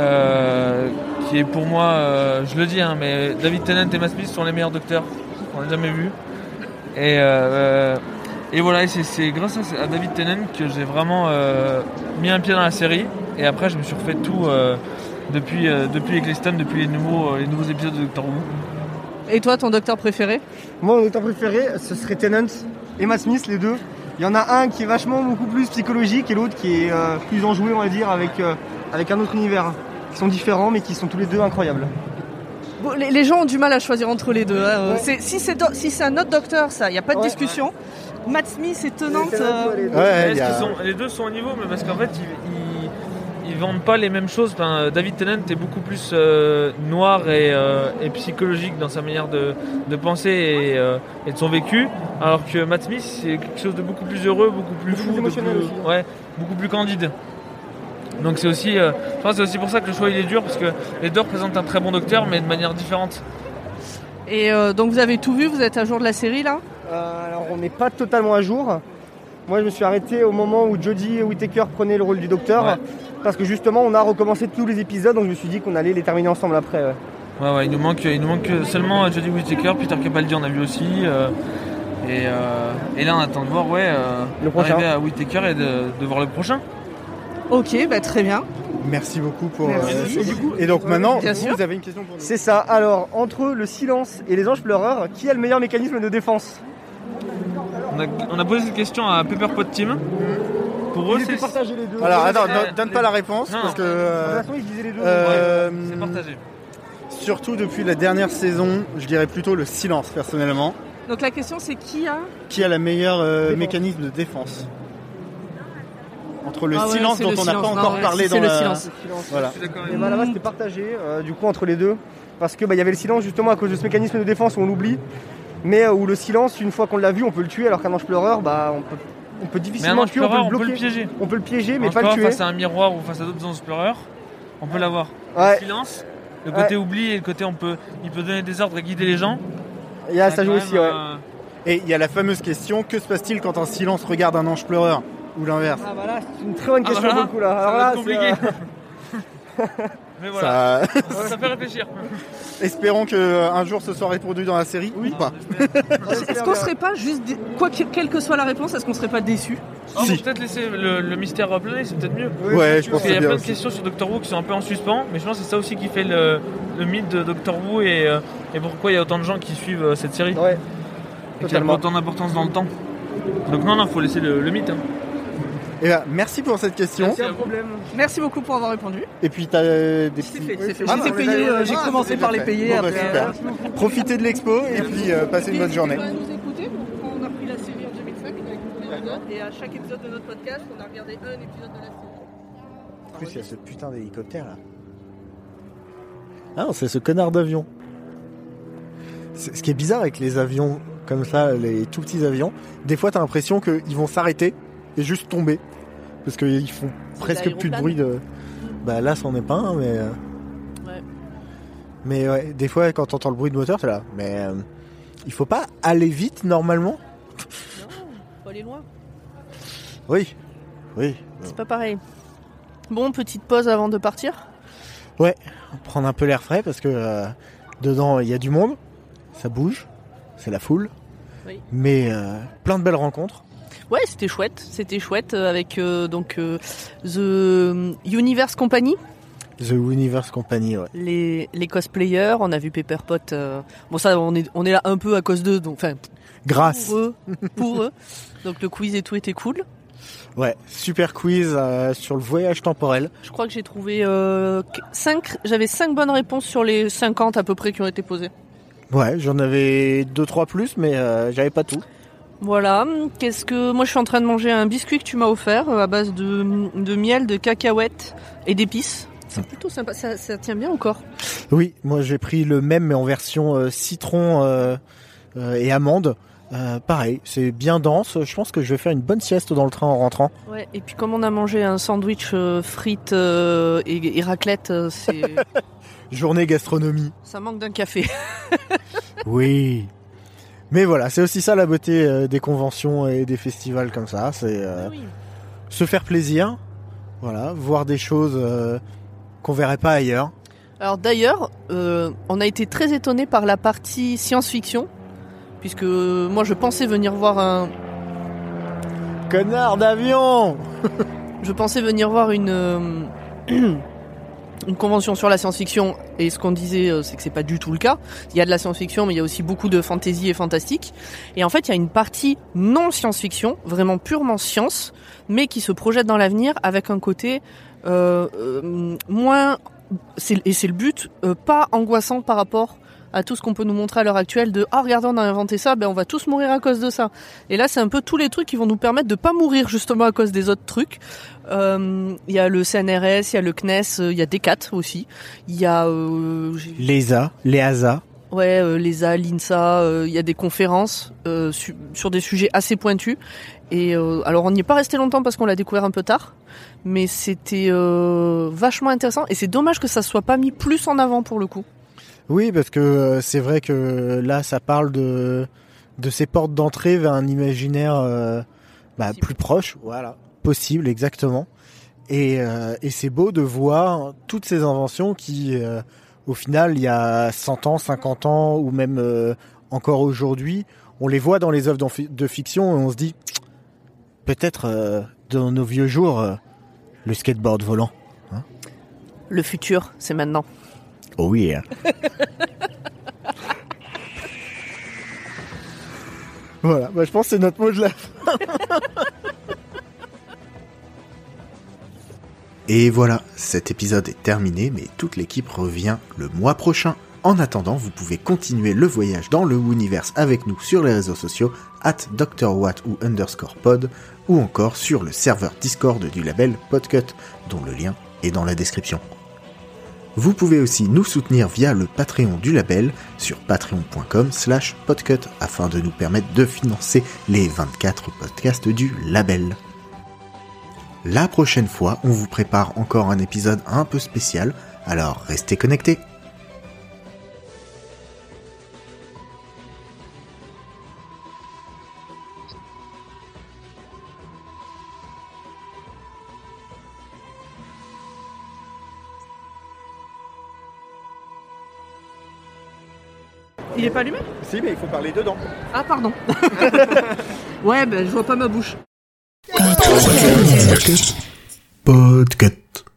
euh, qui est pour moi, euh, je le dis, hein, mais David Tennant et Matt Smith sont les meilleurs docteurs qu'on a jamais vus. Et, euh, et voilà, et c'est- c'est grâce à, à David Tennant que j'ai vraiment euh, mis un pied dans la série. Et après, je me suis refait tout euh, depuis, euh, depuis Eccleston, depuis les nouveaux, euh, les nouveaux épisodes de Doctor Who.
Et toi, ton docteur préféré
Moi, mon docteur préféré, ce serait Tennant et Matt Smith, les deux. Il y en a un qui est vachement beaucoup plus psychologique et l'autre qui est euh, plus enjoué, on va dire, avec, euh, avec un autre univers. Qui sont différents, mais qui sont tous les deux incroyables.
Bon, les, les gens ont du mal à choisir entre les deux. hein, euh,
Ouais.
c'est- Si c'est do- si c'est un autre docteur, ça, il n'y a pas de discussion. Matt Smith et Tenante. euh,
Est-ce qu'ils sont- les deux sont au niveau, mais parce qu'en fait, ils, ils- ils vendent pas les mêmes choses. Enfin, euh, David Tennant est beaucoup plus euh, noir et, euh, et psychologique dans sa manière de, de penser et, euh, et de son vécu, alors que Matt Smith, c'est quelque chose de beaucoup plus heureux, beaucoup plus fou, de
émotionnel
plus- ouais, beaucoup plus candide. Donc c'est aussi, euh, je pense que c'est aussi pour ça que le choix il est dur, parce que les deux représentent un très bon docteur, mais de manière différente.
Et euh, donc vous avez tout vu, vous êtes à jour de la série là
Euh, alors on n'est pas totalement à jour. Moi je me suis arrêté au moment où Jodie Whittaker prenait le rôle du docteur. Parce que justement on a recommencé tous les épisodes donc je me suis dit qu'on allait les terminer ensemble après. ouais.
Ouais, ouais, il nous manque, il nous manque seulement euh, Jodie Whittaker, Peter Capaldi on a vu aussi. euh, et, euh, et là on attend de voir, ouais, euh,
Le prochain.
arriver à Whittaker et de, de voir le prochain.
Ok, bah, très bien.
Merci beaucoup pour.
Merci.
euh, et donc maintenant,
Bien
vous
sûr.
avez une question pour nous.
C'est ça. Alors entre le silence et les anges pleureurs, qui a le meilleur mécanisme de défense
On a, on a posé cette question à Pepperpot Team. Pour eux,
Il était
c'est.
partagé, les deux.
Alors
Pour eux,
attends,
c'est-
ne- donne pas la réponse
Non.
parce que.
De
euh,
toute façon, ils disaient les deux,
euh,
donc, ouais, c'est partagé.
Surtout depuis la dernière saison, je dirais plutôt le silence personnellement.
Donc la question c'est qui a
Qui a la meilleure euh, mécanisme de défense Entre le
Ah ouais,
silence
c'est
dont
le
on n'a pas
silence.
encore
Non, ouais,
parlé
si,
dans
c'est le
la-
silence.
Voilà.
Et bah là-bas c'était partagé euh, du coup entre les deux parce que bah, il y avait le silence justement à cause de ce mécanisme de défense où on l'oublie mais euh, où le silence une fois qu'on l'a vu on peut le tuer alors qu'un ange pleureur bah on peut, on peut difficilement
ange
le tuer, on peut
pleureur,
le
on peut
bloquer,
le piéger.
on peut le piéger mais
Ange
pas le
pleureur
tuer.
Face à un miroir ou face à d'autres exploreurs, on peut l'avoir.
Ouais.
Le silence, le côté oubli et le côté on peut, il peut donner des ordres et guider les gens.
Il y a
ça Ça a joue quand même, aussi, ouais. euh,
Et il y a la fameuse question que se passe-t-il quand un silence regarde un ange pleureur Ou l'inverse
Ah voilà, c'est une très bonne
Ah,
question
voilà.
pour le coup, là.
Ça
Alors
va
là,
être compliqué.
Euh.
[laughs]
Mais voilà. Ça... fait réfléchir.
Espérons qu'un jour ce soit répondu dans la série ou pas. [laughs]
Est-ce qu'on serait pas juste dé- quoi que- quelle que soit la réponse, est-ce qu'on serait pas déçu
Oh, faut peut-être laisser le, le mystère planer, c'est peut-être mieux.
Ouais, Ouais, je pense que
Il y
c'est
a
bien
plein de
aussi.
questions sur Doctor Who qui sont un peu en suspens, mais je pense que c'est ça aussi qui fait le, le mythe de Doctor Who et, euh, et pourquoi il y a autant de gens qui suivent euh, cette série.
Ouais.
Et qui a
Totalement.
autant d'importance dans le temps. Donc non, non, faut laisser le, le mythe. hein.
Et ben, merci pour cette question.
Aucun problème. Merci beaucoup pour avoir répondu.
Et puis t'as euh, des petits.
fait, c'est fait.
Ah,
J'ai été
bah,
payé,
bah,
euh, j'ai
bah,
commencé
c'est
par
déjà
les
fait.
payer,
Bon, bah,
après,
super. Profitez de l'expo et puis euh, passez une bonne journée.
nous écouter pourquoi on a pris la série en 2005 on a écouté un épisode, et à chaque épisode de notre podcast, on a regardé un épisode de la série.
En plus, il y a ce putain d'hélicoptère là.
Ah non, c'est ce connard d'avion.
C'est- Ce qui est bizarre avec les avions comme ça, les tout petits avions, des fois t'as l'impression qu'ils vont s'arrêter et juste tomber. Parce qu'ils font presque plus de
l'aéroplane.
bruit de. Bah là, c'en est pas un, mais. euh,
Ouais.
Mais ouais, des fois, quand t'entends le bruit de moteur, t'es là. Mais euh, il faut pas aller vite normalement
Faut aller loin.
Oui. Oui.
C'est pas pareil. Bon, petite pause avant de partir.
Ouais, prendre un peu l'air frais parce que euh, dedans il y a du monde, ça bouge, c'est la foule,
Oui.
mais euh, plein de belles rencontres.
Ouais, c'était chouette. C'était chouette euh, avec euh, donc euh, The Universe Company,
The Universe Company, ouais.
les, les cosplayers. On a vu Pepper Pot. euh, bon, ça, on est, on est là un peu à cause d'eux. Donc, enfin,
Grâce.
Pour eux, pour eux. Donc, le quiz et tout était cool.
Ouais, super quiz euh, sur le voyage temporel.
Je crois que j'ai trouvé 5. J'avais 5 bonnes réponses sur les 50 à peu près qui ont été posées.
Ouais, j'en avais deux trois plus, mais euh, j'avais pas tout.
Voilà, qu'est-ce que moi je suis en train de manger un biscuit que tu m'as offert euh, à base de, de miel, de cacahuètes et d'épices. C'est plutôt sympa, ça, ça tient bien au corps.
Oui, moi j'ai pris le même mais en version euh, citron euh, euh, et amande. Euh, pareil, c'est bien dense. Je pense que je vais faire une bonne sieste dans le train en rentrant.
Ouais, et puis comme on a mangé un sandwich euh, frites euh, et, et raclette, euh, c'est
Journée gastronomie.
ça manque d'un café.
Oui. Mais voilà, c'est aussi ça la beauté euh, des conventions et des festivals comme ça. C'est euh, se faire plaisir, voilà, voir des choses euh, qu'on verrait pas ailleurs.
Alors d'ailleurs, euh, on a été très étonnés par la partie science-fiction, puisque euh, moi je pensais venir voir un...
Connard d'avion [laughs]
Je pensais venir voir une... euh, [clears throat] Une convention sur la science-fiction et ce qu'on disait euh, c'est que c'est pas du tout le cas. Il y a de la science-fiction mais il y a aussi beaucoup de fantasy et fantastique. Et en fait il y a une partie non science-fiction, vraiment purement science, mais qui se projette dans l'avenir avec un côté euh, euh, moins c'est- et c'est le but, euh, pas angoissant par rapport à tout ce qu'on peut nous montrer à l'heure actuelle de ah regardez on a inventé ça ben on va tous mourir à cause de ça et là c'est un peu tous les trucs qui vont nous permettre de pas mourir justement à cause des autres trucs Euh, il y a le CNRS il y a le CNES euh, il y a DECAT aussi il y a euh, j'ai-
E
Lésa, Léasa.
Ouais, euh, l'ESA, l'INSA, euh, il y a des conférences euh, su- sur des sujets assez pointus. Et euh, alors, on n'y est pas resté longtemps parce qu'on l'a découvert un peu tard, mais c'était euh, vachement intéressant. Et c'est dommage que ça soit pas mis plus en avant pour le coup.
Oui, parce que euh, c'est vrai que là, ça parle de
de ces portes d'entrée vers un imaginaire euh, bah, plus proche, voilà, possible exactement. Et, euh, et c'est beau de voir toutes ces inventions qui, euh, au final, il y a 100 ans, 50 ans, ou même euh, encore aujourd'hui, on les voit dans les œuvres d'enf- de fiction et on se dit, peut-être euh, dans nos vieux jours, euh, le skateboard volant. hein.
Le futur, c'est maintenant.
oh oui. hein. voilà, bah, je pense que c'est notre mot de la fin. Et voilà, cet épisode est terminé, mais toute l'équipe revient le mois prochain. En attendant, vous pouvez continuer le voyage dans le Wooniverse avec nous sur les réseaux sociaux, at DrWatt ou underscore pod, ou encore sur le serveur Discord du label Podcut, dont le lien est dans la description. Vous pouvez aussi nous soutenir via le Patreon du label sur patreon.com slash podcut afin de nous permettre de financer les 24 podcasts du label. La prochaine fois, on vous prépare encore un épisode un peu spécial, alors restez connectés.
Il est pas allumé
Si, mais il faut parler dedans.
[laughs] Ah, [laughs] pardon. ouais, ben je vois pas ma bouche.
Podcut.